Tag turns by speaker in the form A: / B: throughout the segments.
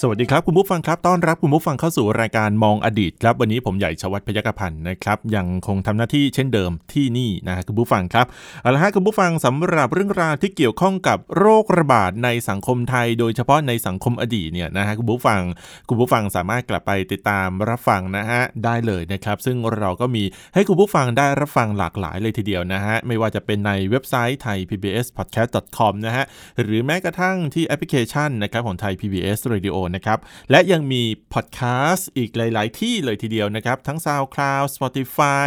A: สวัสดีครับ คุณผู้ฟังครับต้อนรับคุณผู้ฟังเข้าสู่รายการมองอดีตครับ วันนี้ผมใหญ่ชวัฒน์พยกพันธ์นะครับยังคงทำหน้าที่เช่นเดิมที่นี่นะฮะคุณผู้ฟังครับเอาละฮะคุณผู้ฟังสำหรับเรื่องราวที่เกี่ยวข้องกับโรคระบาดในสังคมไทย โดยเฉพาะในสังคมอดีตเนี่ยนะฮะคุณผู้ฟังคุณผู้ฟังสามารถกลับไปติดตามรับฟังนะฮะได้เลยนะครับ ซึ่งเราก็มีให้คุณผู้ฟังได้รับฟังหลากหลายเลยทีเดียวนะฮะไม่ว่าจะเป็นในเว็บไซต์ไทย PBS podcast com นะฮะ หรือแม้กระทั่งที่แอปพลิเคชันนะครับของไทย PBS Radio นะครับ และยังมีพอดแคสต์อีกหลาย ๆ ที่เลยทีเดียวนะครับ ทั้ง SoundCloud Spotify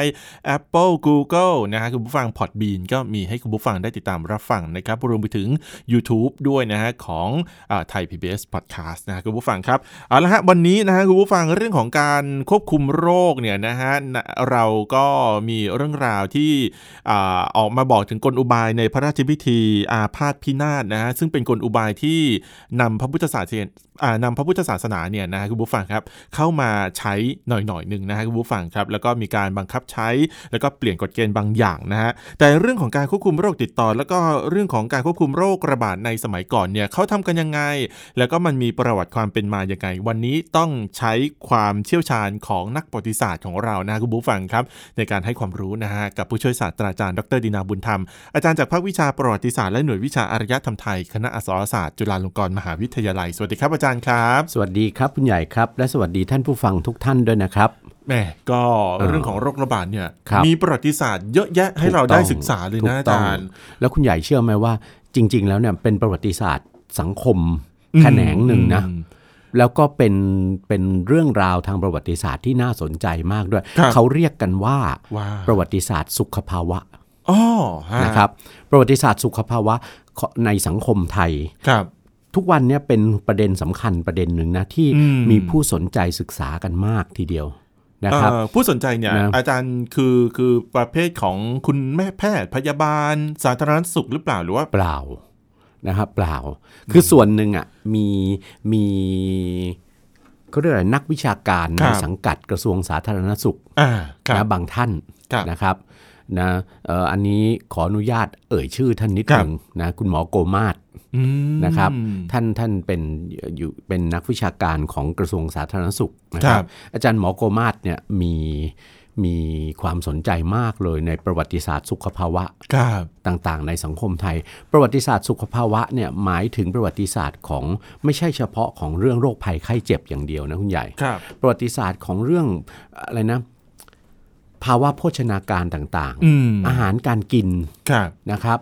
A: Apple Google นะฮะคุณผู้ฟัง Podbean ก็มีให้คุณผู้ฟังได้ติดตามรับฟังนะครับ รวมไปถึง YouTube ด้วยนะฮะของไทย PBS Podcast นะฮะคุณผู้ฟังครับ เอาละฮะวันนี้นะฮะคุณผู้ฟังเรื่องของการควบคุมโรคเนี่ยนะฮะนะเราก็มีเรื่องราวที่อ่าออกมาบอกถึงกลอุบายในพระราชพิธีอาพาธพินาศนะฮะซึ่งเป็นกลอุบายที่นำพระพุทธศาสนานำพระพุทธศาสนาเนี่ยนะฮะคุณผู้ฟังครับเข้ามาใช้หน่อยหน่อยๆหนึ่งนะฮะคุณผู้ฟังครับแล้วก็มีการบังคับใช้แล้วก็เปลี่ยนกฎเกณฑ์บางอย่างนะฮะแต่เรื่องของการควบคุมโรคติดต่อ แล้วก็เรื่องของการควบคุมโรคระบาดในสมัยก่อนเนี่ยเขาทำกันยังไง แล้วก็มันมีประวัติความเป็นมาอย่างไง วันนี้ต้องใช้ความเชี่ยวชาญของนักประวัติศาสตร์ของเรานะฮะคุณผู้ฟังครับ ในการให้ความรู้นะฮะกับผู้ช่วยศาสตราจารย์ดรดินาบุญธรรม อาจารย์จากภาควิชาประวัติศาสตร์และหน่วยวิชาอารยธรรมไทย คณะอักษรศาสตร์จุฬาลงกรณ์มหาวิทยาลัย สวัสดีครับอาจารย์ครับ
B: สวัสดีครับคุณใหญ่ครับ และสวัสดีท่านผู้ฟังทุกท่านด้วยนะครับ
A: แหมก็เรื่องของโรคระบาดเนี่ย
B: ครับ
A: มีประวัติศาสตร์เยอะแยะให้เราได้ศึกษาเลย
B: ถู
A: นะ
B: ก
A: อา
B: ต้
A: จารย์
B: แล้วคุณใหญ่เชื่อไหมว่า จริง ๆ แล้วเนี่ยเป็นประวัติศาสตร์สังคมแขนงหนึ่งนะ
A: อืม
B: แล้วก็เป็นเป็นเรื่องราวทางประวัติศาสตร์ที่น่าสนใจมากด้วย
A: ครับ
B: เขาเรียกกันว่า
A: ว้าว
B: ประวัติศาสตร์สุขภาวะ
A: อ๋อฮ
B: นะครับประวัติศาสตร์สุขภาวะในสังคมไทย
A: ครับ
B: ทุกวันเนี่ยเป็นประเด็นสำคัญประเด็นหนึ่งนะที่
A: อืม
B: มีผู้สนใจศึกษากันมากทีเดียวนะครับ
A: เอ่อผู้สนใจเนี่ย
B: นะ
A: อาจารย์คือคือประเภทของคุณแม่แพทย์พยาบาล สาธารณสุขหรือเปล่าหรือว่า
B: เปล่านะครับเปล่าคือส่วนหนึ่งอ่ะมีมีเขาเรียกอะไรนักวิชาการ
A: ค
B: ใน
A: รับ
B: สังกัดกระทรวงสาธารณสุข
A: อ่าครับ
B: นะบางท่าน
A: ครับ
B: นะครับนะเอ่ออันนี้ขออนุญาตเอ่ยชื่อท่านนิด
A: ค
B: ห
A: รับ
B: นึ่งนะคุณหมอโกมาศ
A: อืม
B: นะครับ ท่านท่านเป็นอยู่เป็นนักวิชาการของกระทรวงสาธารณสุขนะค
A: ครั
B: รับ บ อาจารย์หมอโกมาศเนี่ยมีมีความสนใจมากเลยในประวัติศาสตร์สุขภาวะ
A: ครับ
B: ต่างๆในสังคมไทย ประวัติศาสตร์สุขภาวะเนี่ยหมายถึงประวัติศาสตร์ของไม่ใช่เฉพาะของเรื่องโรคภัยไข้เจ็บอย่างเดียวนะคุณใหญ่
A: ครับ
B: ประวัติศาสตร์ของเรื่องอะไรนะภาวะโภชนาการต่าง
A: อืม
B: อาหารการกิน
A: ครับ
B: นะครับ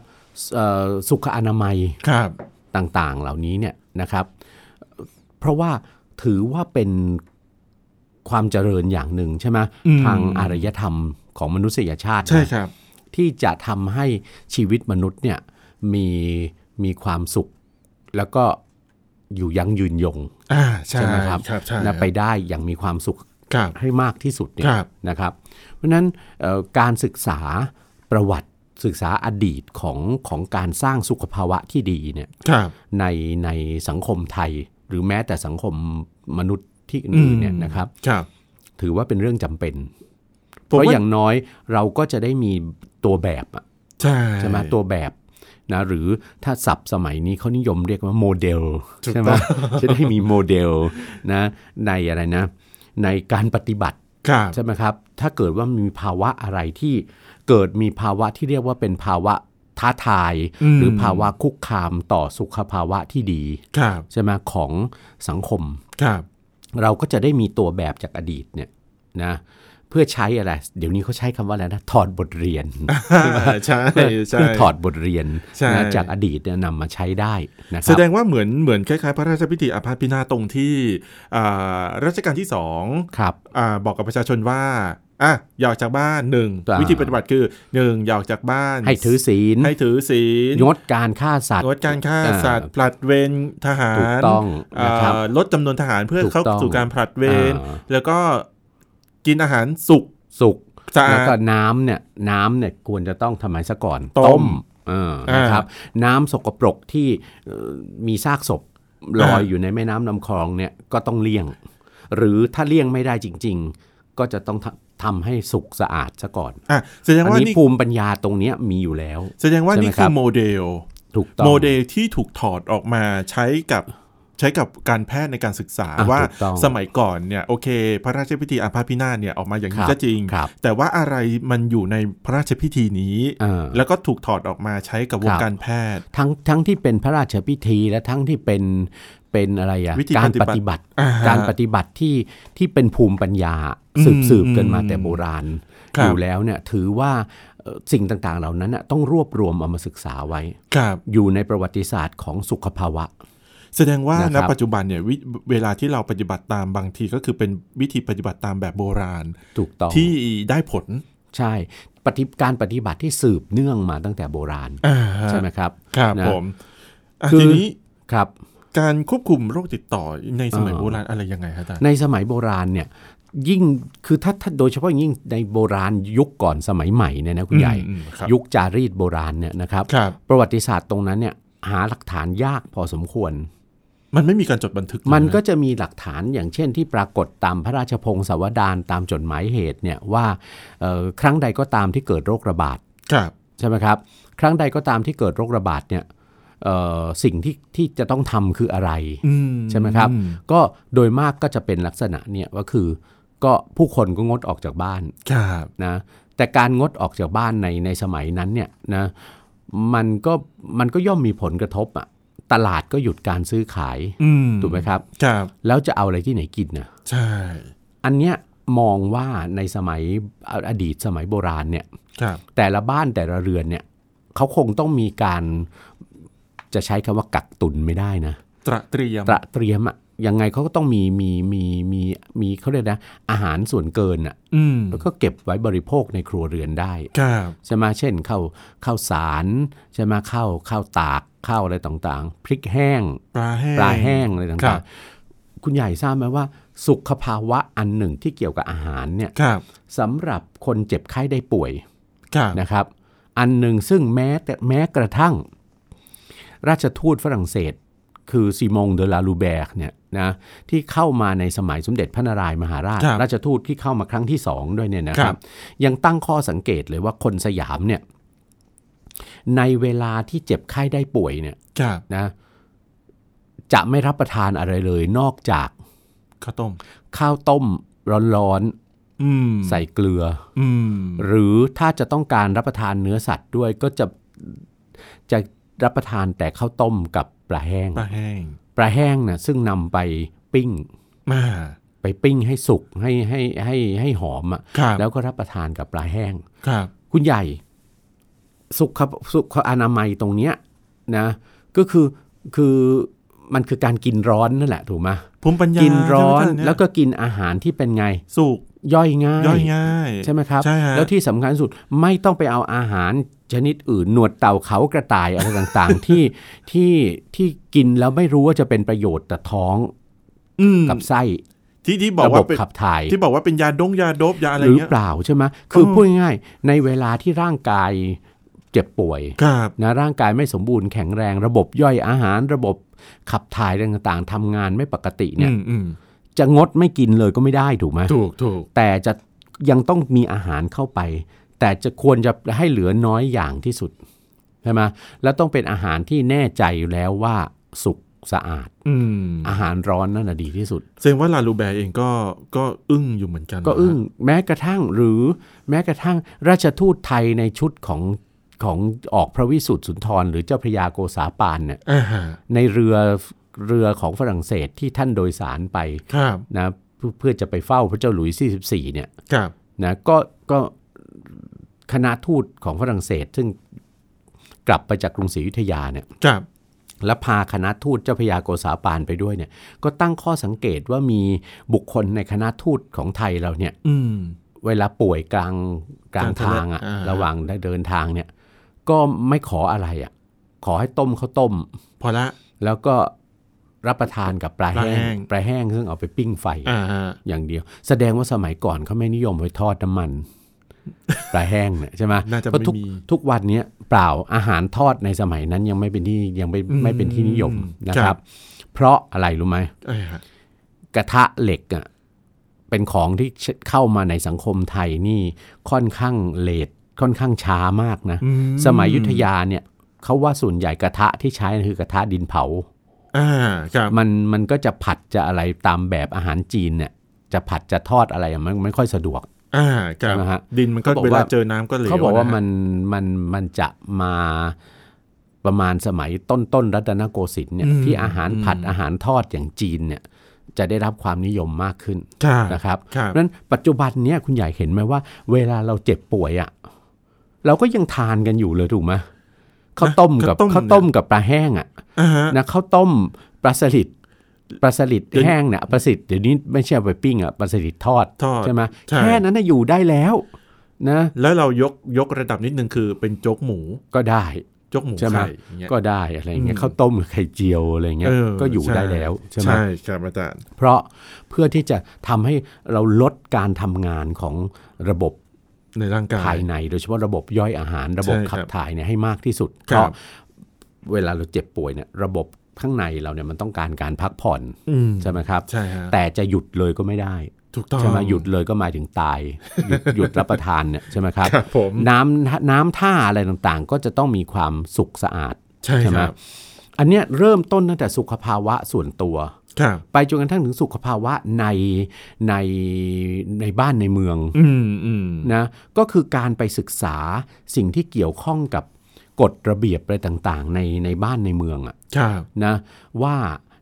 B: เอ่อสุขอนามัย
A: ครับ
B: ต่างๆ เหล่านี้เนี่ยนะครับเอ่อเพราะว่าถือว่าเป็นความเจริญอย่างหนึ่งใช่ไหม
A: อืม
B: ทางอารยธรรมของมนุษยชาตินะ
A: ใช่ครับ
B: ที่จะทำให้ชีวิตมนุษย์เนี่ยมีมีความสุข แล้วก็อยู่ยั่งยืนยง
A: อ่าใช่
B: ใช่ไหมครับ
A: ครับใช่
B: นะไปได้อย่างมีความสุข
A: ครับ
B: ให้มากที่สุดเนี่ย
A: ครับ
B: นะครับ เพราะฉะนั้นเอ่อการศึกษาประวัติศึกษาอดีตของของการสร้างสุขภาวะที่ดีเนี่ย
A: ครับ
B: ในในสังคมไทย หรือแม้แต่สังคมมนุษย์ที่อื่นๆเนี่ย
A: อืม
B: นะครับ
A: ครับ
B: ถือว่าเป็นเรื่องจำเป็น
A: ผ
B: เพ
A: มว่า
B: ราะอย่างน้อยเราก็จะได้มีตัวแบบอะ
A: ใช่
B: ใช่ไหมตัวแบบนะหรือถ้าศัพท์สมัยนี้เขานิยมเรียกว่าโมเดลใช่ไหม จะได้มีโมเดลนะในอะไรนะ ในการปฏิบัติ
A: ครับ
B: ใช่ไหมครับ ถ้าเกิดว่ามีภาวะอะไรที่เกิดมีภาวะที่เรียกว่าเป็นภาวะท้าทาย หรือภาวะคุกคามต่อสุขภาวะที่ดี
A: ครับ
B: ใช่ไหมของสังคม
A: ครับ
B: เราก็จะได้มีตัวแบบจากอดีตเนี่ยนะเพื่อใช้อะไร เดี๋ยวนี้เขาใช้คำว่าอะไรนะถอดบทเรียน
A: ใช่
B: เพื่อ
A: ใช่
B: เพื่อถอดบทเรียน
A: ใช่
B: นะจากอดีตเนี่ยนำมาใช้ได้นะค
A: แส
B: รับ
A: ดงว่าเหมือนเหมือนคล้ายๆ พระราชพิธีอาพาธพินาศตรงที่อ่ารัชกาลที่สอง
B: ครับ
A: อ่าบอกกับประชาชนว่าอ่ะอย่าออกจากบ้านหนึ่ง
B: อ่า
A: วิธีปฏิบัติคือหนึ่งอย่าออกจากบ้าน
B: ให้ถือศีล
A: ให้ถือศีล
B: งดการฆ่าสัตว์
A: ลดการฆ่า
B: อ่า
A: สัตว์ผลัดเวรทหาร
B: ถูกต้องนะครับ
A: เอ่อลดจำนวนทหารเพื่อ
B: ถูก
A: เข้า
B: ต้อง
A: สู่การผลัดเวร
B: อ่า
A: แล้วก็กินอาหารสุก
B: สุข
A: สะอาด
B: แล้วก็น้ำเนี่ยน้ำเนี่ยควรจะต้องทำไมซะก่อน
A: ต้ม
B: เออ
A: อ่าน
B: นะครับ น้ำสกปรกที่เอ่อมีซากศพลอย
A: อ่า
B: อยู่ในแม่น้ำลำคลองเนี่ยก็ต้องเลี่ยง หรือถ้าเลี่ยงไม่ได้จริง ๆ ก็จะต้องทำทำให้สุกสะอาดซะก่อน
A: อ่ะแสดง
B: อัน
A: ว่า
B: นี้
A: นี่
B: ภูมิปัญญาตรงเนี้ยมีอยู่แล้ว
A: แสดงว่านี่
B: ใช่ไหมค
A: คื
B: รับ
A: อโมเดล
B: ถูกต้อง
A: โมเดลที่ถูกถอดออกมาใช้กับใช้กับการแพทย์ในการศึกษา
B: อ่ะ
A: ว่า
B: ถูกต้อง
A: สมัยก่อนเนี่ยโอเค พระราชพิธีอาพาธพินาศเนี่ยออกมาอย่าง
B: ค
A: นี้
B: รับ
A: ก็จริง
B: ครับ
A: แต่ว่าอะไรมันอยู่ในพระราชพิธีนี้
B: อ่า
A: แล้วก็ถูกถอดออกมาใช้กับวง
B: ครับ
A: การแพทย์
B: ทั้งทั้งที่เป็นพระราชพิธีและทั้งที่เป็นเป็นอะไรอะ
A: วิธี
B: การ
A: ป
B: ป
A: ฏิ
B: ฏิ
A: บั
B: บั
A: ติ
B: ติ
A: อ่าฮะ
B: การปฏิบัติที่ที่เป็นภูมิปัญญา
A: อืม
B: สืบสืบกันมา
A: อืม
B: แต่โบราณ
A: ครับ
B: อยู่แล้วเนี่ยถือว่าเอ่อสิ่งต่างๆเหล่านั้นน่ะต้องรวบรวมเอามาศึกษาไว้
A: ครับ
B: อยู่ในประวัติศาสตร์ของสุขภาวะ
A: แสดงว่า
B: นะ
A: ณ
B: ครับ
A: ปัจจุบันเนี่ยวิเวลาที่เราปฏิบัติตามบางทีก็คือเป็นวิธีปฏิบัติตามแบบโบราณ
B: ถูกต้อง
A: ที่ได้ผล
B: ใช่ปฏิการปฏิบัติที่สืบเนื่องมาตั้งแต่โบราณ
A: อ่าฮะ
B: ใช่ไหมครับ
A: ครับ
B: นะ
A: ผมอ่ะ
B: คือ
A: ทีนี้
B: ครับ
A: การควบคุมโรคติดต่อในสมัย
B: อ่า
A: โบราณอะไรยังไงครับอาจารย์
B: ในสมัยโบราณเนี่ยยิ่งคือถ้าถ้าโดยเฉพาะอย่างยิ่งในโบราณยุคก่อนสมัยใหม่เนี่ยนะคุณใหญ่
A: อืมอืมครับ
B: ยุคจารีตโบราณเนี่ยนะครับ
A: ครับ
B: ประวัติศาสตร์ตรงนั้นเนี่ยหาหลักฐานยากพอสมควร
A: มันไม่มีการจดบันทึกเลย
B: มันก็
A: ะ
B: จะมีหลักฐานอย่างเช่นที่ปรากฏตามพระราชพงศาวดารตามจดหมายเหตุเนี่ยว่าเอ่อครั้งใดก็ตามที่เกิดโรคระบาด
A: ครับ
B: ใช่ไหมครับ ครั้งใดก็ตามที่เกิดโรคระบาดเนี่ยเอ่อสิ่งที่ที่จะต้องทำคืออะไร
A: อืม
B: ใช่ไหมครับ
A: อื
B: ก็โดยมากก็จะเป็นลักษณะเนี่ยก็คือก็ผู้คนก็งดออกจากบ้าน
A: ครับ
B: นะแต่การงดออกจากบ้านในในสมัยนั้นเนี่ยนะมันก็มันก็ย่อมมีผลกระทบอะตลาดก็หยุดการซื้อขาย
A: อืม
B: ถูกไหมครับ
A: ครับ
B: แล้วจะเอาอะไรที่ไหนกินนะ
A: ใช่
B: อันเนี้ยมองว่าในสมัยออดีตสมัยโบราณเนี่ย
A: ครับ
B: แต่ละบ้านแต่ละเรือนเนี่ยเขาคงต้องมีการจะใช้คำว่ากักตุนไม่ได้นะ
A: ตระเตรียม
B: ตระเตรียมอะยังไงเขาก็ต้องมีมีมีมีมีเขาเรียกนะอาหารส่วนเกินอะ
A: อืม
B: แล้วก็เก็บไว้บริโภคในครัวเรือนได้
A: ครับ
B: ใช่ไหมเช่นข้าวข้าวสารใช่ไหมข้าวข้าวตากข้าวอะไรต่างๆ พริกแห้ง
A: ปลาแห้ง
B: ปลาแห้งอะไร
A: ครั
B: ต่า
A: บ
B: งๆ คุณใหญ่ทราบไหมว่า สุขภาวะอันหนึ่งที่เกี่ยวกับอาหารเนี่ย
A: ครับ
B: สำหรับคนเจ็บไข้ได้ป่วย
A: ครับ
B: นะครับ อันหนึ่งซึ่งแม้แต่แม้กระทั่ง ราชทูตฝรั่งเศส คือซีมงเดลาลูแบร์กเนี่ยนะที่เข้ามาในสมัยสมเด็จพระนารายณ์มหาราช ราชทูตที่เข้ามาครั้งที่สองด้วยเนี่ยนะครับ ยังตั้งข้อสังเกตเลยว่าคนสยามเนี่ยในเวลาที่เจ็บไข้ได้ป่วยเนี่ย
A: ครับ
B: นะจะไม่รับประทานอะไรเลย นอกจาก
A: ข้าวต้ม
B: ข้าวต้มร้อน
A: อืม
B: ๆใส่เกลือ
A: อืม
B: หรือถ้าจะต้องการรับประทานเนื้อสัตว์ด้วยก็จะจะรับประทานแต่ข้าวต้มกับปลาแห้ง
A: ปลาแห้ง
B: ปลาแห้งนะซึ่งนำไปปิ้ง
A: มา
B: ไปปิ้งให้สุกให้ให้ให้ให้หอมอะ
A: ครับ
B: แล้วก็รับประทานกับปลาแห้ง
A: ครับ
B: คุณใหญ่สุขสุขอนามัยตรงเนี้ยนะก็คือคือมันคือการกินร้อนนั่นแหละถูกไหม
A: ภูมิปัญญา
B: กิ
A: กิ
B: นร้อนแล้วก็กินอาหารที่เป็นไง
A: สุก
B: ย่อยง่าย
A: ย่อยง่าย
B: ใช่ไหมครับ
A: ใช่ฮะ
B: แล้วที่สำคัญที่สุดไม่ต้องไปเอาอาหารชนิดอื่น หนวดเต่าเขากระต่ายอะไรต่างๆ ที่ที่ที่กินแล้วไม่รู้ว่าจะเป็นประโยชน์ต่อท้อง
A: อืม
B: กับไส้
A: ที่ที่บอก
B: ระบ
A: ว่า
B: บ
A: เป็น
B: ขับถ่าย
A: ที่บอกว่าเป็นยาดงยาโดบยาอะไร
B: หรือ
A: เงี้ย
B: เปล่าใช่ไหมคือ
A: เออ
B: พูดง่ายๆในเวลาที่ร่างกายเจ็บป่วย
A: ครับ
B: นะร่างกายไม่สมบูรณ์แข็งแรง ระบบย่อยอาหารระบบขับถ่ายอะไรต่างๆทำงานไม่ปกติเนี่ย
A: อืมอืม
B: จะงดไม่กินเลยก็ไม่ได้ถูกไหม
A: ถูกถูก
B: แต่จะยังต้องมีอาหารเข้าไป แต่จะควรจะให้เหลือน้อยอย่างที่สุดใช่ไหมแล้วต้องเป็นอาหารที่แน่ใจอยู่แล้วว่าสุกสะอาด
A: อืม
B: อาหารร้อนนั่นนะดีที่สุด
A: แสดงว่าลาลูแบร์เองก็ก็อึ้งอยู่เหมือนกัน
B: ก็
A: นะฮะ
B: อึ้งแม้กระทั่งหรือแม้กระทั่งราชทูตไทยในชุดของของออกพระวิสุทธิสุนทร หรือเจ้าพระยาโกษาปานเนี่ย
A: อ่าฮะ
B: ในเรือเรือของฝรั่งเศสที่ท่านโดยสารไป
A: ครับ
B: นะเพื่อเพื่อจะไปเฝ้าพระเจ้าหลุยส์ที่14เนี่ย
A: ครับ
B: นะก็ก็คณะทูตของฝรั่งเศส ซึ่งกลับไปจากกรุงศรีอยุธยาเนี่ย
A: ครับ
B: และพาคณะทูตเจ้าพระยาโกษาปานไปด้วยเนี่ยก็ตั้งข้อสังเกตว่ามีบุคคลในคณะทูตของไทยเราเนี่ย
A: อืม
B: เวลาป่วยกลางกลาก
A: ลาง งทะเล
B: ทางอะ
A: อ่า
B: ระหว่างได้เดินทางเนี่ยก็ไม่ขออะไรอะขอให้ต้มข้าวต้ม
A: พอละ
B: แล้วก็รับประทานกับปลา
A: ปลา
B: แห้
A: แห้
B: ง
A: ง
B: ปลาแห้งซึ่งเอาไปปิ้งไฟ
A: อ่าฮะ
B: อย่างเดียว แสดงว่าสมัยก่อนเขาไม่นิยมไปทอดน้ำมัน ปลาแห้งเนี่ยใช่ไหม
A: น่าจะ
B: เพราทุก
A: ไม่มี
B: ทุกวันเนี้ยเปล่าอาหารทอดในสมัยนั้นยังไม่เป็นที่ยังไม่
A: อืม
B: ไม่เป็นที่นิยมนะค
A: ครั
B: รับ
A: บ
B: เพราะอะไรรู้ไหม
A: เอ้ยฮะ
B: กระทะเหล็กอ่ะเป็นของที่เข้ามาในสังคมไทยนี่ค่อนข้างเลทค่อนข้างช้ามากนะ
A: อื
B: สมัยอยุทธยาเนี่ยเขาว่าส่วนใหญ่กระทะที่ใช้คือกระทะดินเผา
A: อ่าครับ
B: มันมันก็จะผัดจะอะไรตามแบบอาหารจีนเนี่ยจะผัดจะทอดอะไรอะมันมันไม่ค่อยสะดวก
A: อ่าครับ
B: ใช่ไหมฮะ
A: ดินมันก็
B: เขาบอก
A: เวลา
B: ว่า
A: เจอน้ำก็เหลว
B: เขาบอกว่า
A: ะฮะ
B: มันมันมันจะมาประมาณสมัยต้นต้นๆรัตนโกสินทร์เนี่ย
A: อืม
B: ที่อาหารผัด
A: อืม
B: อาหารทอดอย่างจีนเนี่ยจะได้รับความนิยมมากขึ้น
A: ครับ
B: นะครับ
A: ครับ
B: เพราะฉะนั้นปัจจุบันเนี่ยคุณใหญ่เห็นไหมว่า เวลาเราเจ็บป่วยอะ่ะเราก็ยังทานกันอยู่เลยถูกไหมข้าวต้มกับข้าวต้มกับปลาแห้งอ่ะ
A: อ่าฮะ
B: นะข้าวต้มปลาสลิดปลาสลิด
A: เดี๋ยว
B: แห้งเนี่ยปลาสลิดเดี๋ยวนี้ไม่ใช่เอาไปปิ้งอ่ะปลาสลิดทอด
A: ทอด
B: ใช่ไหม
A: ใช่
B: แค่นั้นนะอยู่ได้แล้วนะ
A: แล้วเรายกยกระดับนิดนึงคือเป็นโจ๊กหมู
B: ก็ได้
A: โจ๊กหมู
B: ใช่ไหม
A: ไข่อย่างเงี้ย
B: ก็ได้อะไรอย่างเงี้
A: อื
B: ย
A: ม
B: ข้าวต้มกับไข่เจียวอะไรเงี้
A: เอ
B: ย
A: อ
B: ก็อยู่
A: ใช่
B: ได้แล้วใช่ไหม
A: ใช่ครับอาจารย์
B: เพราะเพื่อที่จะทำให้เราลดการทำงานของระบบ
A: ในร่างกาย
B: ภายใน โดยเฉพาะระบบย่อยอาหารระบบ
A: ใช่ครับ
B: ขับถ่ายเนี่ยให้มากที่สุด
A: ค
B: เพ
A: รับ
B: ราะเวลาเราเจ็บป่วยเนี่ยระบบข้างในเราเนี่ยมันต้องการการพักผ่อน
A: อืม
B: ใช่ไหมครับ
A: ใช่ฮะ
B: แต่จะหยุดเลยก็ไม่ได้
A: ถูกต้อง
B: ใช่ไหมหยุดเลยก็หมายถึงตาย หยุดหยุดรับประทานเนี่ยใช่ไหมครับ
A: ครับผม
B: น้ำน้ำท่าอะไรต่างๆ ก็จะต้องมีความสุขสะอาด
A: ใช่
B: ใช่
A: ค
B: ไหม
A: รับ
B: อันเนี้ยเริ่มต้นตั้งแต่สุขภาวะส่วนตัว
A: ครับ
B: ไปจนกระทั่งถึงสุขภาวะในในในบ้านในเมือง
A: อืมอืม
B: นะก็คือการไปศึกษาสิ่งที่เกี่ยวข้องกับกฎระเบียบอะไรต่างๆ ในในบ้านในเมืองอะ
A: ครับ
B: นะว่า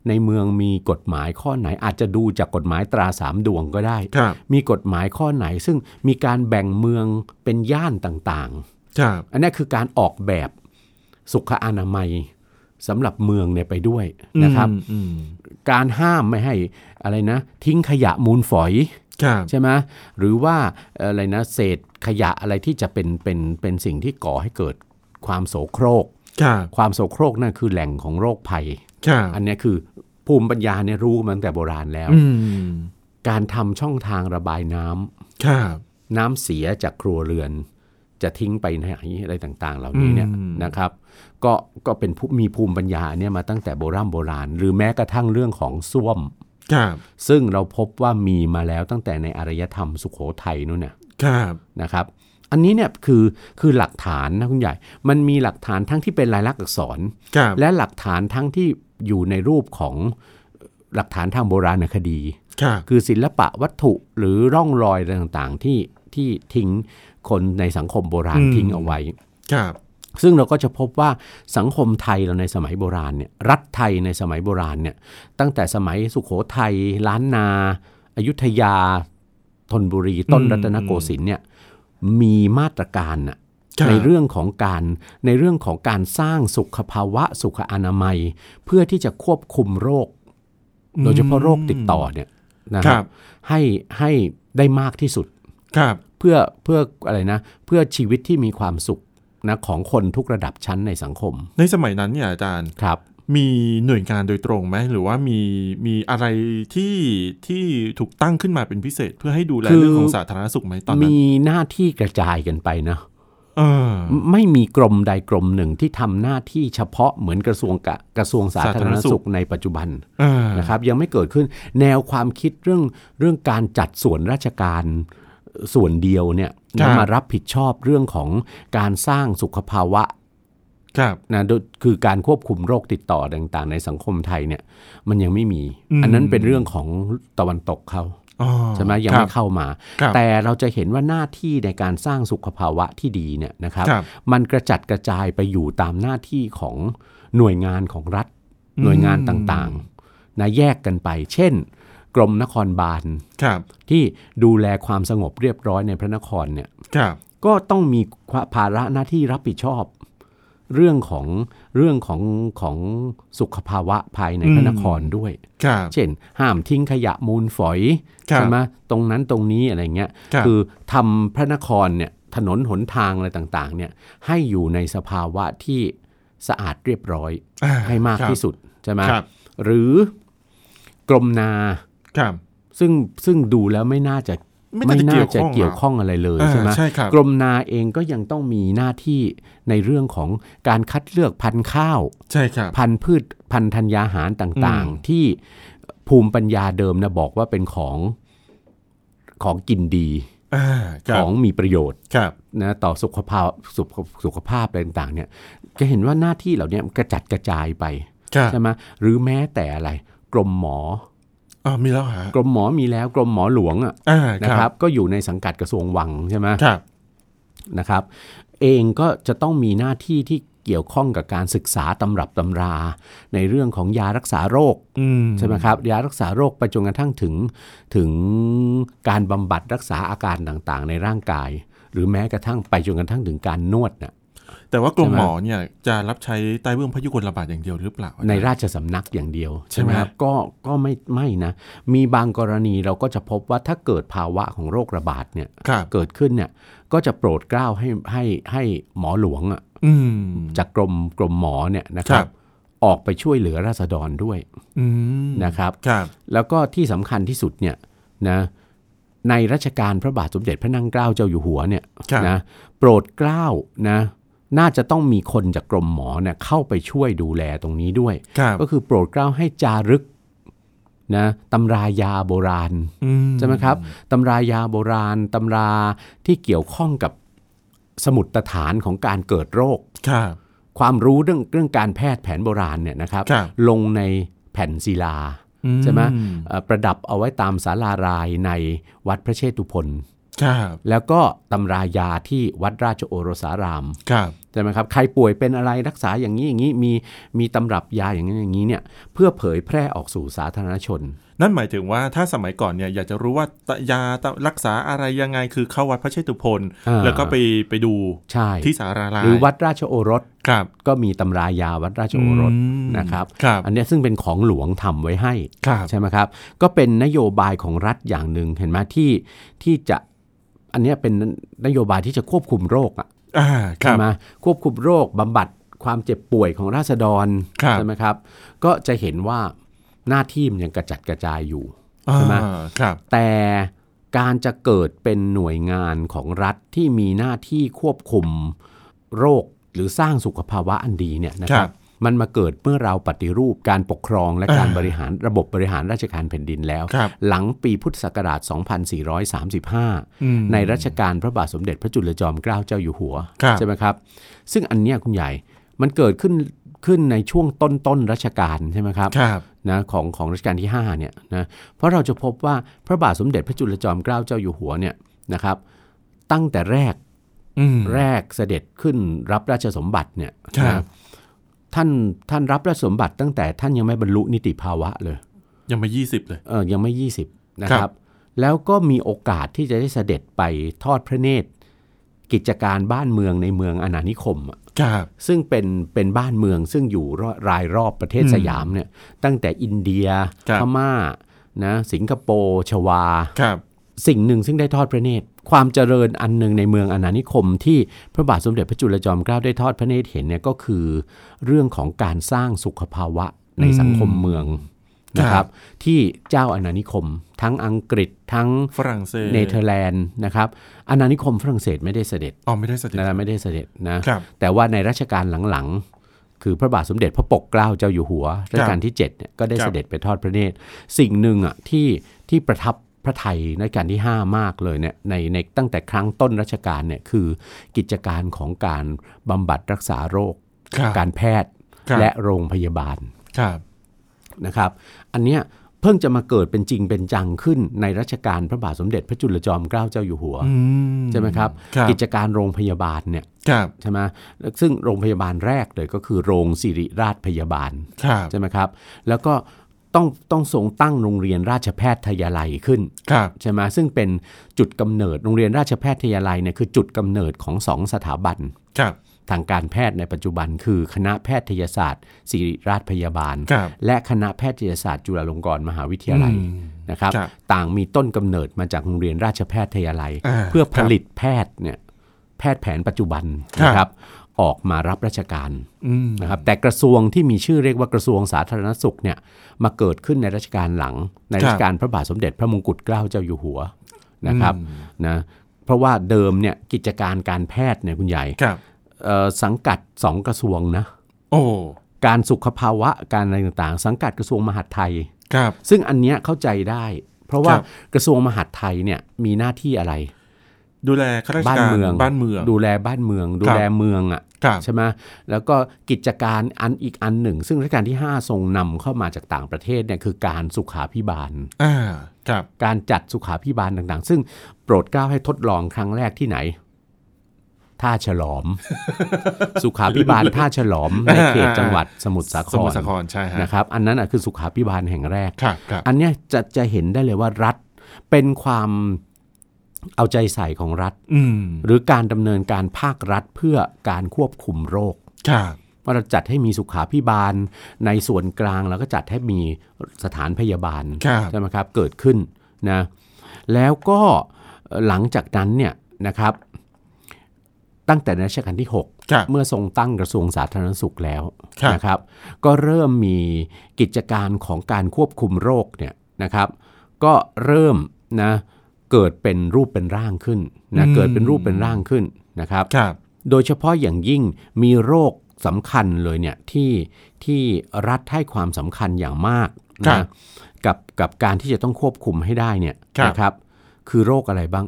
B: ในเมืองมีกฎหมายข้อไหนอาจจะดูจากกฎหมายตราสามดวงก็ได้
A: ครับ
B: มีกฎหมายข้อไหน ซึ่งมีการแบ่งเมืองเป็นย่านต่าง
A: ครับ
B: ๆ อันนี้คือการออกแบบสุขอนามัยสำหรับเมืองเนี่ยไปด้วยนะครับ
A: อืมอืม
B: การห้ามไม่ให้อะไรนะ ทิ้งขยะมูลฝอย
A: ครับ
B: ใช่ไหมหรือว่าอะไรนะเศษขยะอะไรที่จะเป็นเป็นเป็นสิ่งที่ก่อให้เกิดความโสโครก
A: ครับ
B: ความโสโครกนั่นคือแหล่งของโรคภัย
A: ครับ
B: อันเนี้ยคือภูมิปัญญาเนี่ยรู้มาตั้งแต่โบราณแล้ว
A: อืม
B: การทำช่องทางระบายน้ำ
A: ครับ
B: น้ำเสียจากครัวเรือน จะทิ้งไปไหนอะไรต่างๆ เหล่านี้เนี่ยนะครับ ก็ก็เป็นผู้มีภูมิปัญญาเนี่ยมาตั้งแต่โบราณโบราณ หรือแม้กระทั่งเรื่องของส้วม
A: ครับ
B: ซึ่งเราพบว่ามีมาแล้วตั้งแต่ในอารยธรรมสุขโขทัยนู่นน่ะ
A: ครับ
B: นะครับ อันนี้เนี่ยคือคือหลักฐานนะคุณใหญ่ มันมีหลักฐานทั้งที่เป็นลายลักษณ์อักษร
A: ครับ
B: และหลักฐานทั้งที่อยู่ในรูปของหลักฐานทางโบราณคดี
A: ครับ
B: คือศิลปะวัตถุหรือร่องรอยอะไรต่างๆ ที่ที่ทิ้งคนในสังคมโบราณทิ้งเอาไว้
A: ครับ
B: ซึ่งเราก็จะพบว่าสังคมไทยเราในสมัยโบราณเนี่ยรัฐไทยในสมัยโบราณเนี่ยตั้งแต่สมัยสุโขทัยล้านนาอายุทยาธนบุรี ต้นรัตนโกสินทร์เนี่ยมีมาตรการน่ะ
A: ครับ
B: ในเรื่องของการในเรื่องของการสร้างสุขภาวะสุขอนามัย เพื่อที่จะควบคุมโรค โดยเฉพาะโรคติดต่อเนี่ยนะ
A: ค
B: ค
A: รั
B: รั
A: บบ
B: ให้ให้ได้มากที่สุด
A: ครับ
B: เพื่อเพื่ออะไรนะเพื่อชีวิตที่มีความสุขนะของคนทุกระดับชั้นในสังคม
A: ในสมัยนั้นเนี่ยอาจารย์
B: ครับ
A: มีหน่วยงานโดยตรงไหมหรือว่ามีมีอะไรที่ที่ถูกตั้งขึ้นมาเป็นพิเศษ เพื่อให้ดูแล
B: คือ
A: เรื่องของสาธารณสุขไหมตอนนั้น
B: มีหน้าที่กระจายกันไปนะ
A: เออ
B: ไม่มีกรมใดกรมหนึ่งที่ทำหน้าที่เฉพาะเหมือนกระทรวงกะกระทรวงสา
A: สา
B: ธารณ
A: ธารณสุ
B: สุ
A: ข
B: ขในปัจจุบัน
A: เออ
B: นะครับยังไม่เกิดขึ้นแนวความคิดเรื่องเรื่องการจัดส่วนราชการส่วนเดียวเนี่ยนะมารับผิดชอบเรื่องของการสร้างสุขภาวะ
A: ครับ
B: นะโดยคือการควบคุมโรคติดต่อต่างๆ ในสังคมไทยเนี่ยมันยังไม่มี อันนั้นเป็นเรื่องของตะวันตกเขา
A: อ๋อ
B: ใช่ไหมยัง
A: ครั
B: ไม่
A: บ
B: เข้ามา
A: ครับ
B: แต่เราจะเห็นว่าหน้าที่ในการสร้างสุขภาวะที่ดีเนี่ยนะครับ
A: ครับ
B: มันกระจัดกระจายไปอยู่ตามหน้าที่ของหน่วยงานของรัฐ
A: อืม
B: หน่วยงานต่างๆนะแยกกันไป เช่น กรมนครบาล
A: ครับ
B: ที่ดูแลความสงบเรียบร้อยในพระนครเนี่ย
A: ครับ
B: ก็ต้องมีภาระหน้าที่รับผิดชอบ เรื่องของเรื่องของของสุขภาวะภายในพระนครด้วย
A: ครับ
B: เช่น ห้ามทิ้งขยะมูลฝอย
A: ครับ
B: ใช่ไหมตรงนั้นตรงนี้อะไรเงี้ย
A: ครับ
B: อทำพระนครเนี่ยถนนหนทางอะไรต่างๆเนี่ยให้อยู่ในสภาวะที่สะอาดเรียบร้อย
A: อ่า
B: ให้มาก
A: ครับ
B: ที่สุดใช่ไหม
A: ครับ
B: หรือกรมนา
A: ครับ
B: ซึ่งซึ่งดูแล้วไม่น่าจะ
A: ไม่
B: ไม่
A: น่าจะ
B: น่า
A: เกี่ยวข้
B: จะ
A: อง
B: เกี่ยว
A: หรอ
B: ข้องอะไรเลย
A: อ่า
B: ใช่ไหม
A: ใช่ครับ
B: กรมนาเองก็ยังต้องมีหน้าที่ในเรื่องของการคัดเลือกพันธุ์ข้าว
A: ใช่ครับ
B: พันธุ์พืชพันธุ์ธัญญาหารต่าง
A: อืม
B: ๆ ที่ภูมิปัญญาเดิมนะบอกว่าเป็นของของกินดี
A: อ่าครั
B: ข
A: บ
B: องมีประโยชน์
A: ครับ
B: นะต่อสุขภาพสุขสุขภาพอะไรต่างๆเนี่ยจะเห็นว่าหน้าที่เหล่านี้มันกระจัดกระจายไป
A: ครับ
B: ใช่ไหมหรือแม้แต่อะไร กรมหมอ
A: อ่ามีแล้วฮะ
B: กรมหมอมีแล้วกรมหมอหลวงอะ
A: อ่า
B: นะ
A: ค
B: ค
A: รั
B: รั
A: บบ
B: ก็อยู่ในสังกัดกระทรวงวังใช่ไหม
A: ครับ
B: นะครับเองก็จะต้องมีหน้าที่ที่เกี่ยวข้องกับการศึกษาตำรับตำรา ในเรื่องของยารักษาโรค
A: อืม
B: ใช่ไหมครับยารักษาโรคไปจนกระทั่งถึงถึงการบำบัดรักษาอาการต่างๆ ในร่างกาย หรือแม้กระทั่งไปจนกระทั่งถึงการนวดนะ
A: แต่ว่ากรมหมอเนี่ยจะรับใช้ใต้เบื้องพระยุคลบาทอย่างเดียวหรือเปล่า
B: ในราชสำนักอย่างเดียว
A: ใช่
B: ใช่ไห
A: ไห
B: ม
A: ม
B: ครับก็ก็ไม่ไม่นะมีบางกรณีเราก็จะพบว่าถ้าเกิดภาวะของโรคระบาดเนี่ย
A: ครับ
B: เกิดขึ้นเนี่ยก็จะโปรดเกล้าให้ให้ให้หมอหลวงอะ
A: อืม
B: จากกรมกรมหมอเนี่ยนะค
A: ครั
B: รับ
A: บ
B: ออกไปช่วยเหลือราษฎรด้วย
A: อืม
B: นะครับ
A: ครับ
B: แล้วก็ที่สำคัญที่สุดเนี่ยนะในรัชกาลพระบาทสมเด็จพระนั่งเกล้าเจ้าอยู่หัวเนี่ย
A: ครับ
B: นะโปรดเกล้านะน่าจะต้องมีคนจากกรมหมอเนี่ยเข้าไปช่วยดูแลตรงนี้ด้วย
A: ครับ
B: ก็คือโปรดเกล้าให้จารึกนะตำรายาโบราณ
A: อืม
B: ใช่ไหมครับตำรายาโบราณตำราที่เกี่ยวข้องกับสมุดฐานของการเกิดโรค
A: ครับ
B: ความรู้เรื่องเรื่องการแพทย์แผนโบราณเนี่ยนะครับ
A: ครับ
B: ลงในแผ่นศิลา
A: อื
B: ใช่ไหม เอ่อประดับเอาไว้ตามศาลารายในวัดพระเชตุพน
A: ครับ
B: แล้วก็ตำรายาที่วัดราชโอรสาราม
A: ครับ
B: ใช่ไหมครับใครป่วยเป็นอะไรรักษาอย่างนี้อย่างนี้มีมีตำรับยาอย่างนี้อย่างนี้เนี่ยเพื่อเผยแพร่ออกสู่สาธารณชน
A: นั่นหมายถึงว่าถ้าสมัยก่อนเนี่ยอยากจะรู้ว่าตะยาตะรักษาอะไรยังไงคือเข้าวัดพระเชตุพน
B: อ่า
A: แล้วก็ไปไปดู
B: ใช่
A: ที่สาราราย
B: หรือวัดราชโอรส
A: ครับ
B: ก็มีตำรายาวัดราชโอรส
A: อืม
B: นะครับ
A: ครับ
B: อันเนี้ยซึ่งเป็นของหลวงทำไว้ให้
A: ครับ
B: ใช่ไหมครับ ก็เป็นนโยบายของรัฐอย่างหนึ่งเห็นไหมที่ที่จะอันเนี้ยเป็นนโยบายที่จะควบคุมโรคอะ
A: อ่าค
B: ใช่
A: รับ
B: ไหมควบคุมโรคบำบัดความเจ็บป่วยของราษฎร
A: ครับ
B: ใช่ไหมครับ ก็จะเห็นว่าหน้าที่มันยังกระจัดกระจายอยู่
A: อ่า
B: ใช่ไหม
A: ครับ
B: แต่การจะเกิดเป็นหน่วยงานของรัฐที่มีหน้าที่ควบคุมโรคหรือสร้างสุขภาวะอันดีเนี่ยนะค
A: ครั
B: รั
A: บบ
B: มันมาเกิดเมื่อเราปฏิรูปการปกครองและการ
A: อ่า
B: บริหารระบบบริหารราชการแผ่นดินแล้ว
A: ครับ
B: หลังปีพุทธศักราช
A: อืม
B: 2435 ในรัชกาลพระบาทสมเด็จพระจุลจอมเกล้าเจ้าอยู่หัว
A: ครับ
B: ใช่ไหมครับ ซึ่งอันเนี้ยคุณใหญ่ มันเกิดขึ้นขึ้นในช่วงต้นต้นๆรัชกาลใช่ไหมครับ
A: ครับ
B: นะของของรัชกาลที่5เนี่ยนะเพราะเราจะพบว่าพระบาทสมเด็จพระจุลจอมเกล้าเจ้าอยู่หัวเนี่ยนะครับตั้งแต่แรก
A: อืม
B: แรกเสด็จขึ้นรับราชสมบัติเนี่ย
A: ครับ
B: นะท่านท่านรับราชสมบัติตั้งแต่ท่านยังไม่บรรลุนิติภาวะเลย
A: ยังมายี่สิบเลย
B: เออยังไม่ 20 นะค
A: ครั
B: รับ บ แล้วก็มีโอกาสที่จะได้เสด็จไปทอดพระเนตร กิจการบ้านเมืองในเมืองอาณานิคมอะ
A: ครับ
B: ซึ่งเป็นเป็นบ้านเมืองซึ่งอยู่รรายรอบประเทศ
A: อืม
B: สยามเนี่ยตั้งแต่อินเดีย
A: ครับ
B: พม่านะสิงคโปร์ชวา
A: ครับ
B: สิ่งหนึ่งซึ่งได้ทอดพระเนตร ความเจริญอันหนึ่งในเมืองอาณานิคม ที่พระบาทสมเด็จพระจุลจอมเกล้าได้ทอดพระเนตรเห็นเนี่ยก็คือเรื่องของการสร้างสุขภาวะในสังคมเมืองนะครับที่เจ้าอาณานิคม ทั้งอังกฤษทั้ง
A: ฝรั่งเศส
B: เนเธอร์แลนด์นะครับอาณานิคมฝรั่งเศสไม่ได้เสด็จ
A: อ๋อไม่ได้สติ
B: นะไม่ได้เสด็จนะ
A: ครับ
B: แต่ว่าในรัชกาลหลังๆ คือพระบาทสมเด็จพระปกเกล้าเจ้าอยู่หัวรัชกาลที่7เนี่ยก็ได้
A: ครับ
B: เสด็จไปทอดพระเนตร สิ่งหนึ่งอ่ะที่ที่ประทับพระไทยรัชกาลที่ 5 มากเลยเนี่ยในในตั้งแต่ครั้งต้นรัชกาลเนี่ยคือกิจการของการบำบัดรักษาโรค
A: ครับ
B: การแพทย์
A: ครับ
B: และโรงพยาบาล
A: ครับ
B: นะครับ อันเนี้ยเพิ่งจะมาเกิดเป็นจริงเป็นจังขึ้นในรัชกาลพระบาทสมเด็จพระจุลจอมเกล้าเจ้าอยู่หัว
A: อื
B: ใช่ไหมครับ
A: ครับ
B: กิจการโรงพยาบาลเนี่ย
A: ครับ
B: ใช่ไหมซึ่งโรงพยาบาลแรกเลยก็คือโรงสิริราชพยาบาล
A: ครับ
B: ใช่ไหมครับ แล้วก็ต้องต้องทรงตั้งโรงเรียนราชแพทยาลัยขึ้น
A: ครับ
B: ใช่ไหมซึ่งเป็นจุดกำเนิดโรงเรียนราชแพทยาลัยเนี่ยคือจุดกำเนิดของสองสถาบัน
A: ครับ
B: ทางการแพทย์ในปัจจุบันคือคณะแพทยศาสตร์ศิริราชพยาบาล
A: ครับ
B: และคณะแพทยศาสตร์จุฬาลงกรณ์มหาวิทยาลัย
A: อืม
B: นะครับ
A: ครับ
B: ต่างมีต้นกำเนิดมาจากโรงเรียนราชแพทยาลัย
A: อ่า
B: เพื่อ
A: ค
B: ผ
A: รับ
B: ลิตแพทย์เนี่ยแพทย์แผนปัจจุบัน
A: ครับ
B: นะครับ ออกมารับราชการ
A: อืม
B: นะครับ แต่กระทรวงที่มีชื่อเรียกว่ากระทรวงสาธารณสุขเนี่ยมาเกิดขึ้นในรัชกาลหลัง ในรัชกาลพระบาทสมเด็จพระมงกุฎเกล้าเจ้าอยู่หัว นะครับนะเพราะว่าเดิมเนี่ยกิจการการแพทย์เนี่ยคุณใหญ่
A: ครับ
B: เอ่อสังกัดสองกระทรวงนะ
A: โอ้
B: การสุขภาวะการอะไรต่างๆ สังกัดกระทรวงมหาดไทย
A: ครับ
B: ซึ่งอันเนี้ยเข้าใจได้ เพราะว่า
A: ครับ
B: กระทรวงมหาดไทยเนี่ยมีหน้าที่อะไร
A: ดูแลข้าราช
B: บ้าน
A: การ
B: เมือง
A: บ้านเมือง
B: ดูแลบ้านเมือง ดูแลเมืองอ่ะ
A: ครับ
B: ใช่ไหมแล้วก็กิจการอันอีกอันหนึ่ง ซึ่งรัชกาลที่ 5 ทรงนำเข้ามาจากต่างประเทศเนี่ยคือการสุขาพิบาล
A: อ่าครับ
B: การจัดสุขาพิบาลต่างๆ ซึ่งโปรดเกล้าให้ทดลองครั้งแรกที่ไหน ท่าฉล อม สุขาพิบาลท่าฉลอมในเขตจังหวัดสมุทรสาค
A: สมุท
B: ร
A: รสาครใช่ฮะ
B: นะครับ อันนั้นอ่ะคือสุขาพิบาลแห่งแรก
A: ครับครับ
B: อันเนี้ยจะจะเห็นได้เลยว่ารัฐเป็นความเอาใจใส่ของรัฐ
A: อืม
B: หรือการดำเนินการภาครัฐเพื่อการควบคุมโรค
A: ครับ
B: ว่าเราจัดให้มีสุขาพิบาล ในส่วนกลางแล้วก็จัดให้มีสถานพยาบาล
A: ครับ
B: ใช่ไหมครับเกิดขึ้นนะแล้วก็เอ่อหลังจากนั้นเนี่ยนะครับ ตั้งแต่รัชกาลที่ 6
A: ครับ
B: เมื่อทรงตั้งกระทรวงสาธารณสุขแล้ว
A: ครับ
B: นะครับ ก็เริ่มมีกิจการของการควบคุมโรคเนี่ยนะครับ ก็เริ่มนะเกิดเป็นรูปเป็นร่างขึ้นนะเกิดเป็นรูปเป็นร่างขึ้นนะครับ
A: ครับ
B: โดยเฉพาะอย่างยิ่งมีโรคสำคัญเลยเนี่ยที่ที่รัฐให้ความสำคัญอย่างมาก
A: ครับ
B: นะกับกับการที่จะต้องควบคุมให้ได้เนี่ย
A: ครับ
B: นะครับ คือโรคอะไรบ้าง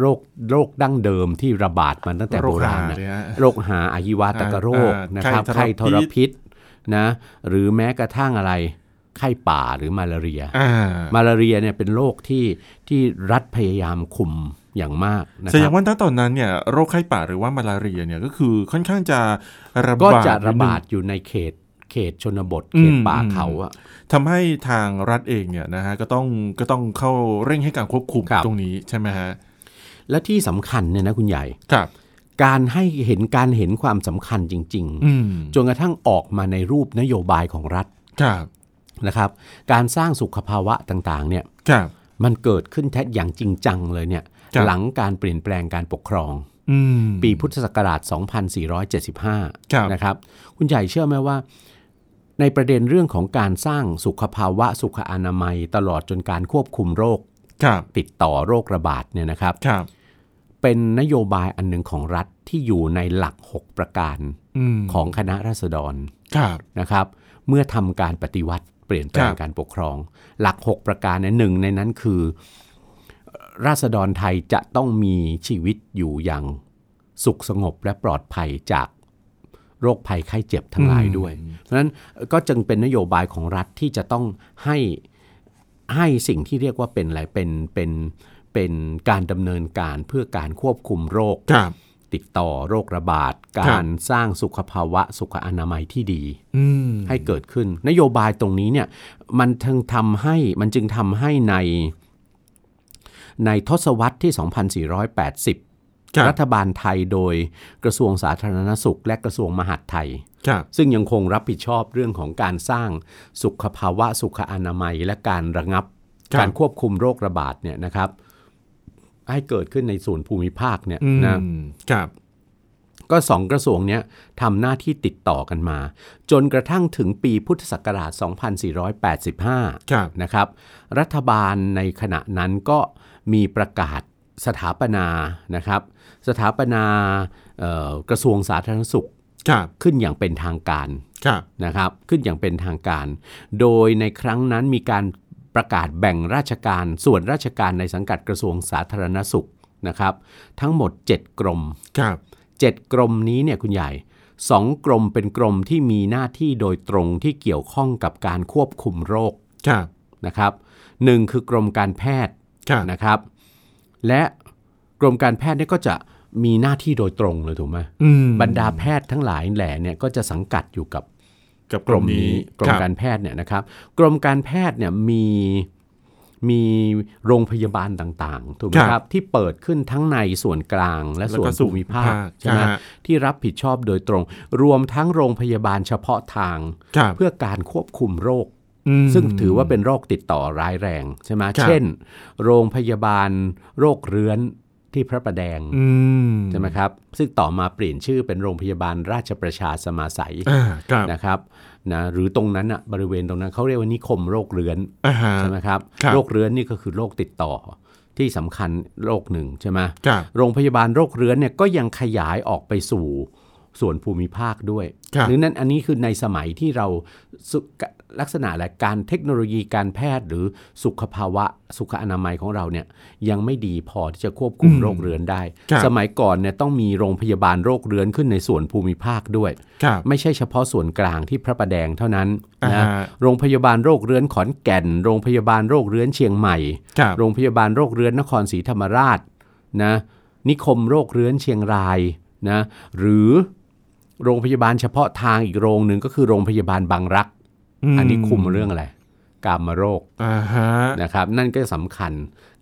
B: โรคโรคดั้งเดิมที่ระบาดมาตั้งแต่โบราณ
A: โรคหา
B: นะ
A: เนี่ยฮะ
B: โรคหาอาฮิวาตกโรค
A: อ่าอ่า
B: นะครับ
A: ไข้
B: ไข้
A: ท
B: ท
A: ร
B: ร
A: พิ
B: พิ
A: ษ
B: ษนะหรือแม้กระทั่งอะไรไข้ป่าหรือมาลาเรีย
A: อ่า
B: มาลาเรียเนี่ยเป็นโรคที่ที่รัฐพยายามคุมอย่างมากนะค
A: แสด
B: รับ
A: งว่าณตอนนั้นเนี่ยโรคไข้ป่าหรือว่ามาลาเรียเนี่ยก็คือค่อนข้างจะระ
B: ก็
A: บาด
B: จะ
A: นิ
B: ระ
A: ดนึง
B: บาดอยู่ในเขตเขตชนบท
A: อื
B: เข
A: ม
B: ตป่าเขาอะ
A: ทำให้ทางรัฐเองเนี่ยนะฮะก็ต้องก็ต้องเข้าเร่งให้การควบคุม
B: ครับ
A: ตรงนี้ใช่ไหมฮะ
B: และที่สำคัญเนี่ยนะคุณใหญ่
A: ครับ
B: การให้เห็นการเห็นความสำคัญจริง
A: อืม
B: ๆ จนกระทั่งออกมาในรูปนโยบายของรัฐ
A: ครับ
B: นะครับ การสร้างสุขภาวะต่างๆเนี่ย
A: ครับ
B: มันเกิดขึ้นแท้อย่างจริงจังเลยเนี่ย
A: ครับ
B: หลังการเปลี่ยนแปลงการปกครอง
A: อืม
B: ปีพุทธศักราช
A: ครับ
B: 2475 นะครับ คุณใหญ่เชื่อไหมว่า ในประเด็นเรื่องของการสร้างสุขภาวะสุขอนามัย ตลอดจนการควบคุมโรค
A: ครับ
B: ติดต่อโรคระบาดเนี่ยนะครับ
A: ครับ
B: เป็นนโยบายอันหนึ่งของรัฐที่อยู่ในหลัก 6 ประการ
A: อืม
B: ของคณะราษฎร
A: ครับ
B: นะครับ เมื่อทำการปฏิวัติเปลี่ยนแปล
A: ค
B: ง
A: รับ
B: การปกครอง หลัก 6 ประการเนยหนึ่งในนั้นคือ ราษฎรไทยจะต้องมีชีวิตอยู่อย่างสุขสงบและปลอดภัยจากโรคภัยไข้เจ็บทั้งหลายด้วย เพราะฉะนั้นก็จึงเป็นนโยบายของรัฐที่จะต้องให้ให้สิ่งที่เรียกว่าเป็นอะไรเป็นเป็นเป็นการดำเนินการเพื่อการควบคุมโรค
A: ครับ
B: ติดต่อโรคระบาด การสร้างสุขภาวะสุขอนามัยที่ดี
A: อืม
B: ให้เกิดขึ้น นโยบายตรงนี้เนี่ยมันจึงทำให้มันจึงทำให้ในในทศวรรษที่ 2480
A: ครั
B: รับ ฐบาลไทยโดยกระทรวงสาธารณสุข และกระทรวงมหาดไทย
A: ครับ
B: ซึ่งยังคงรับผิดชอบเรื่องของการสร้างสุขภาวะสุขอนามัย และการระงับ
A: ครับ
B: การควบคุมโรคระบาดเนี่ยนะครับ ให้เกิดขึ้นในส่วนภูมิภาคเนี่ย
A: อืม
B: นะ
A: ครับ
B: ก็สองกระทรวงเนี้ยทำหน้าที่ติดต่อกันมา จนกระทั่งถึงปีพุทธศักราช 2485
A: ครับ
B: นะครับ รัฐบาลในขณะนั้นก็มีประกาศสถาปนานะครับ สถาปนาเอ่อกระทรวงสาธารณสุข
A: ครับ
B: ขึ้นอย่างเป็นทางการ
A: ครับ
B: นะครับ ขึ้นอย่างเป็นทางการ โดยในครั้งนั้นมีการประกาศแบ่งราชการส่วนราชการในสังกัดกระทรวงสาธารณสุขนะครับ ทั้งหมด 7 กรม
A: ครับ
B: เจ็ดกรมนี้เนี่ยคุณใหญ่สองกรมเป็นกรมที่มีหน้าที่โดยตรงที่เกี่ยวข้องกับการควบคุมโรค
A: ครับ
B: นะครับหนึ่งคือกรมการแพทย์
A: ครับ
B: นะครับ และกรมการแพทย์เนี่ยก็จะมีหน้าที่โดยตรงเลยถูกไหม
A: อืม
B: บรรดาแพทย์ทั้งหลายแหล่เนี่ยก็จะสังกัดอยู่กับ
A: กับก
B: ก
A: ร
B: ร
A: ม
B: ม
A: นี้
B: นี้กรมการแพทย์เนี่ยนะครับ กรมการแพทย์เนี่ยมีมีโรงพยาบาลต่างๆถูกไหมครับที่เปิดขึ้นทั้งในส่วนกลางและส่วนภูมิภาคใช่ไหม
A: ฮะ
B: ที่รับผิดชอบโดยตรง รวมทั้งโรงพยาบาลเฉพาะทาง
A: ครับ
B: เพื่อการควบคุมโรค
A: ม
B: ซึ่งถือว่าเป็นโรคติดต่อร้ายแรงใช่ไหม
A: ครับ
B: เช่น โรงพยาบาลโรคเรื้อนที่พระประแดง
A: อืม
B: ใช่ไหมครับ ซึ่งต่อมาเปลี่ยนชื่อเป็นโรงพยาบาลราชประชาสมาสัย
A: อ่าครับ
B: นะครับนะหรือตรงนั้นอ่ะบริเวณตรงนั้นเขาเรียกว่านิคมโรคเรื้อน
A: อ่าฮะ
B: ใช่ไหมครับ
A: ครับ
B: โรคเรื้อนนี่ก็คือโรคติดต่อ ที่สำคัญโรคหนึ่งใช่ไหม
A: ครับ
B: โรงพยาบาลโรคเรื้อนเนี่ยก็ยังขยายออกไปสู่ส่วนภูมิภาคด้วย
A: ครับ
B: หรือนั่นอันนี้คือในสมัยที่เราสุขลักษณะและการเทคโนโลยีการแพทย์หรือสุขภาวะสุขอนามัยของเราเนี่ยยังไม่ดีพอที่จะควบคุม
A: อืม
B: โรคเรื้อนได้
A: ครับ
B: สมัยก่อนเนี่ยต้องมีโรงพยาบาลโรคเรื้อนขึ้นในส่วนภูมิภาคด้วย
A: ครับ
B: ไม่ใช่เฉพาะส่วนกลางที่พระประแดงเท่านั้น
A: อ่า
B: นะ
A: ฮะ
B: โรงพยาบาลโรคเรื้อนขอนแก่น โรงพยาบาลโรคเรื้อนเชียงใหม่
A: ครับ
B: โรงพยาบาลโรคเรื้อนนครศรีธรรมราชนะนิคมโรคเรื้อนเชียงรายนะหรือโรงพยาบาลเฉพาะทางอีกโรงหนึ่งก็คือโรงพยาบาลบางรัก อันนี้คุมเรื่องอะไรกามโรค
A: อ่าฮะ
B: นะครับนั่นก็สำคัญ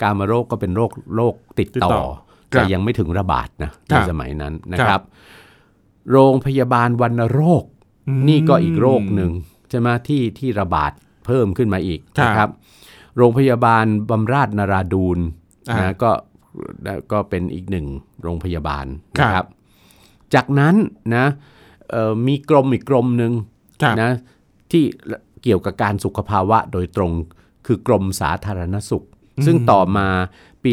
B: กามโรคก็เป็นโรคโรคติด
A: ติดต่
B: ต่
A: อ
B: อ
A: ครั
B: แต่
A: บ
B: ยังไม่ถึงระบาดนะ
A: ค
B: ใน
A: รับ
B: สมัยนั้นนะครับ โรงพยาบาลวัณโรค
A: อืม
B: นี่ก็อีกโรคหนึ่งใช่ไหมที่ที่ระบาดเพิ่มขึ้นมาอีก
A: ครับ
B: นะครับ โรงพยาบาลบำราศนาราดูน
A: อ่าน
B: นะก็ก็เป็นอีกหนึ่งโรงพยาบาล
A: ครับ
B: นะครับ จากนั้นนะเอ่อมีกรมอีกกรมหนึ่ง
A: ครับ
B: นะที่เกี่ยวกับการสุขภาวะโดยตรงคือกรมสาธารณสุข ซึ่งต่อมาปี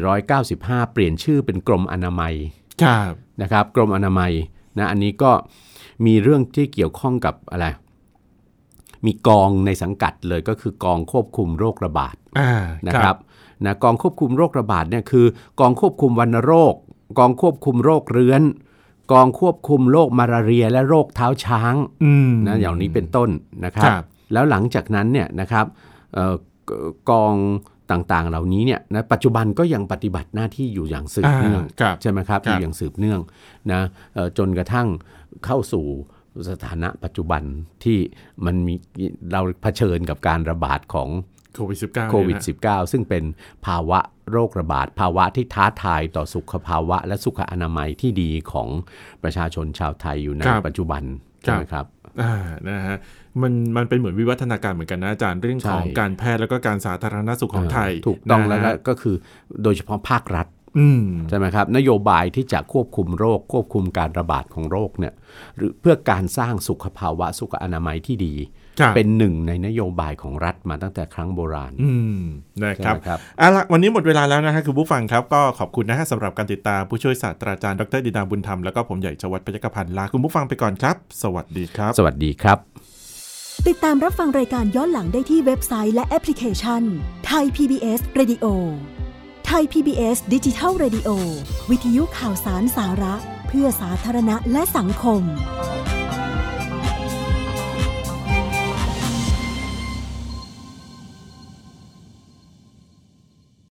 B: 2495 เปลี่ยนชื่อเป็นกรมอนามัย
A: ครับ
B: นะครับกรมอนามัยนะอันนี้ก็มีเรื่องที่เกี่ยวข้องกับอะไร มีกองในสังกัดเลยก็คือกองควบคุมโรคระบาด
A: อ่า
B: นะ
A: ค
B: ค
A: รั
B: รับ บนะกองควบคุมโรคระบาดเนี่ยคือกองควบคุมวัณโรค กองควบคุมโรคเรื้อน กองควบคุมโรคมาลาเรียและโรคเท้าช้าง
A: อืม
B: นะอย่างนี้เป็นต้นนะครับ
A: ครับ
B: แล้วหลังจากนั้นเนี่ยนะครับเอ่อกกองต่างๆเหล่านี้เนี่ยนะปัจจุบันก็ยังปฏิบัติหน้าที่อยู่อย่างสืบ
A: อ่า
B: เนื่อง
A: ครับ
B: ใช่ไหมครับ
A: ครับ
B: อยู่อย่างสืบเนื่องนะเอ่อจนกระทั่งเข้าสู่สถานะปัจจุบันที่มันมีเราเผชิญกับการระบาดของ
A: โควิดสิบเก้า
B: โควิด -19 ซึ่งเป็นภาวะโรคระบาด ภาวะที่ท้าทายต่อสุขภาวะ และสุขอนามัยที่ดีของประชาชนชาวไทยอยู่ใน
A: ครับ
B: ปัจจุบัน
A: ครั
B: ใช่
A: บ
B: ไหมครับ
A: อ่านะฮะมันมันเป็นเหมือนวิวัฒนาการเหมือนกันนะอาจารย์เรื่องของ
B: ใช่
A: การแพทย์แล้วก็การสาธารณสุขของไทย
B: ถูกต้องแล้ว
A: นะ
B: ก็
A: ฮะ
B: ก็คือโดยเฉพาะภาครัฐ
A: อืม
B: ใช่ไหมครับนโยบายที่จะควบคุมโรค ควบคุมการระบาดของโรคเนี่ยหรือเพื่อการสร้างสุขภาวะสุขอนามัยที่ดี
A: ครับ
B: เป็นหนึ่งในนโยบายของรัฐมาตั้งแต่ครั้งโบราณ
A: อืมนะ
B: ใช่
A: ครับ
B: ไหมครับ
A: เอาละวันนี้หมดเวลาแล้วนะฮะคุณผู้ฟังครับก็ขอบคุณนะฮะสำหรับการติดตามผู้ช่วยศาสตราจารย์ดรดิดาบุญธรรมแล้วก็ผมใหญ่ชวัฒน์พยกพันธ์ลาคุณผู้ฟังไปก่อนครับ สวัสดีครับ
B: สวัสดีครับ
C: ติดตามรับฟังรายการย้อนหลังได้ที่เว็บไซต์และแอปพลิเคชันไทย PBS Radio ไทย PBS ดิจิทัล Radio วิทยุข่าวสารสาระ เพื่อสาธารณะและสังคม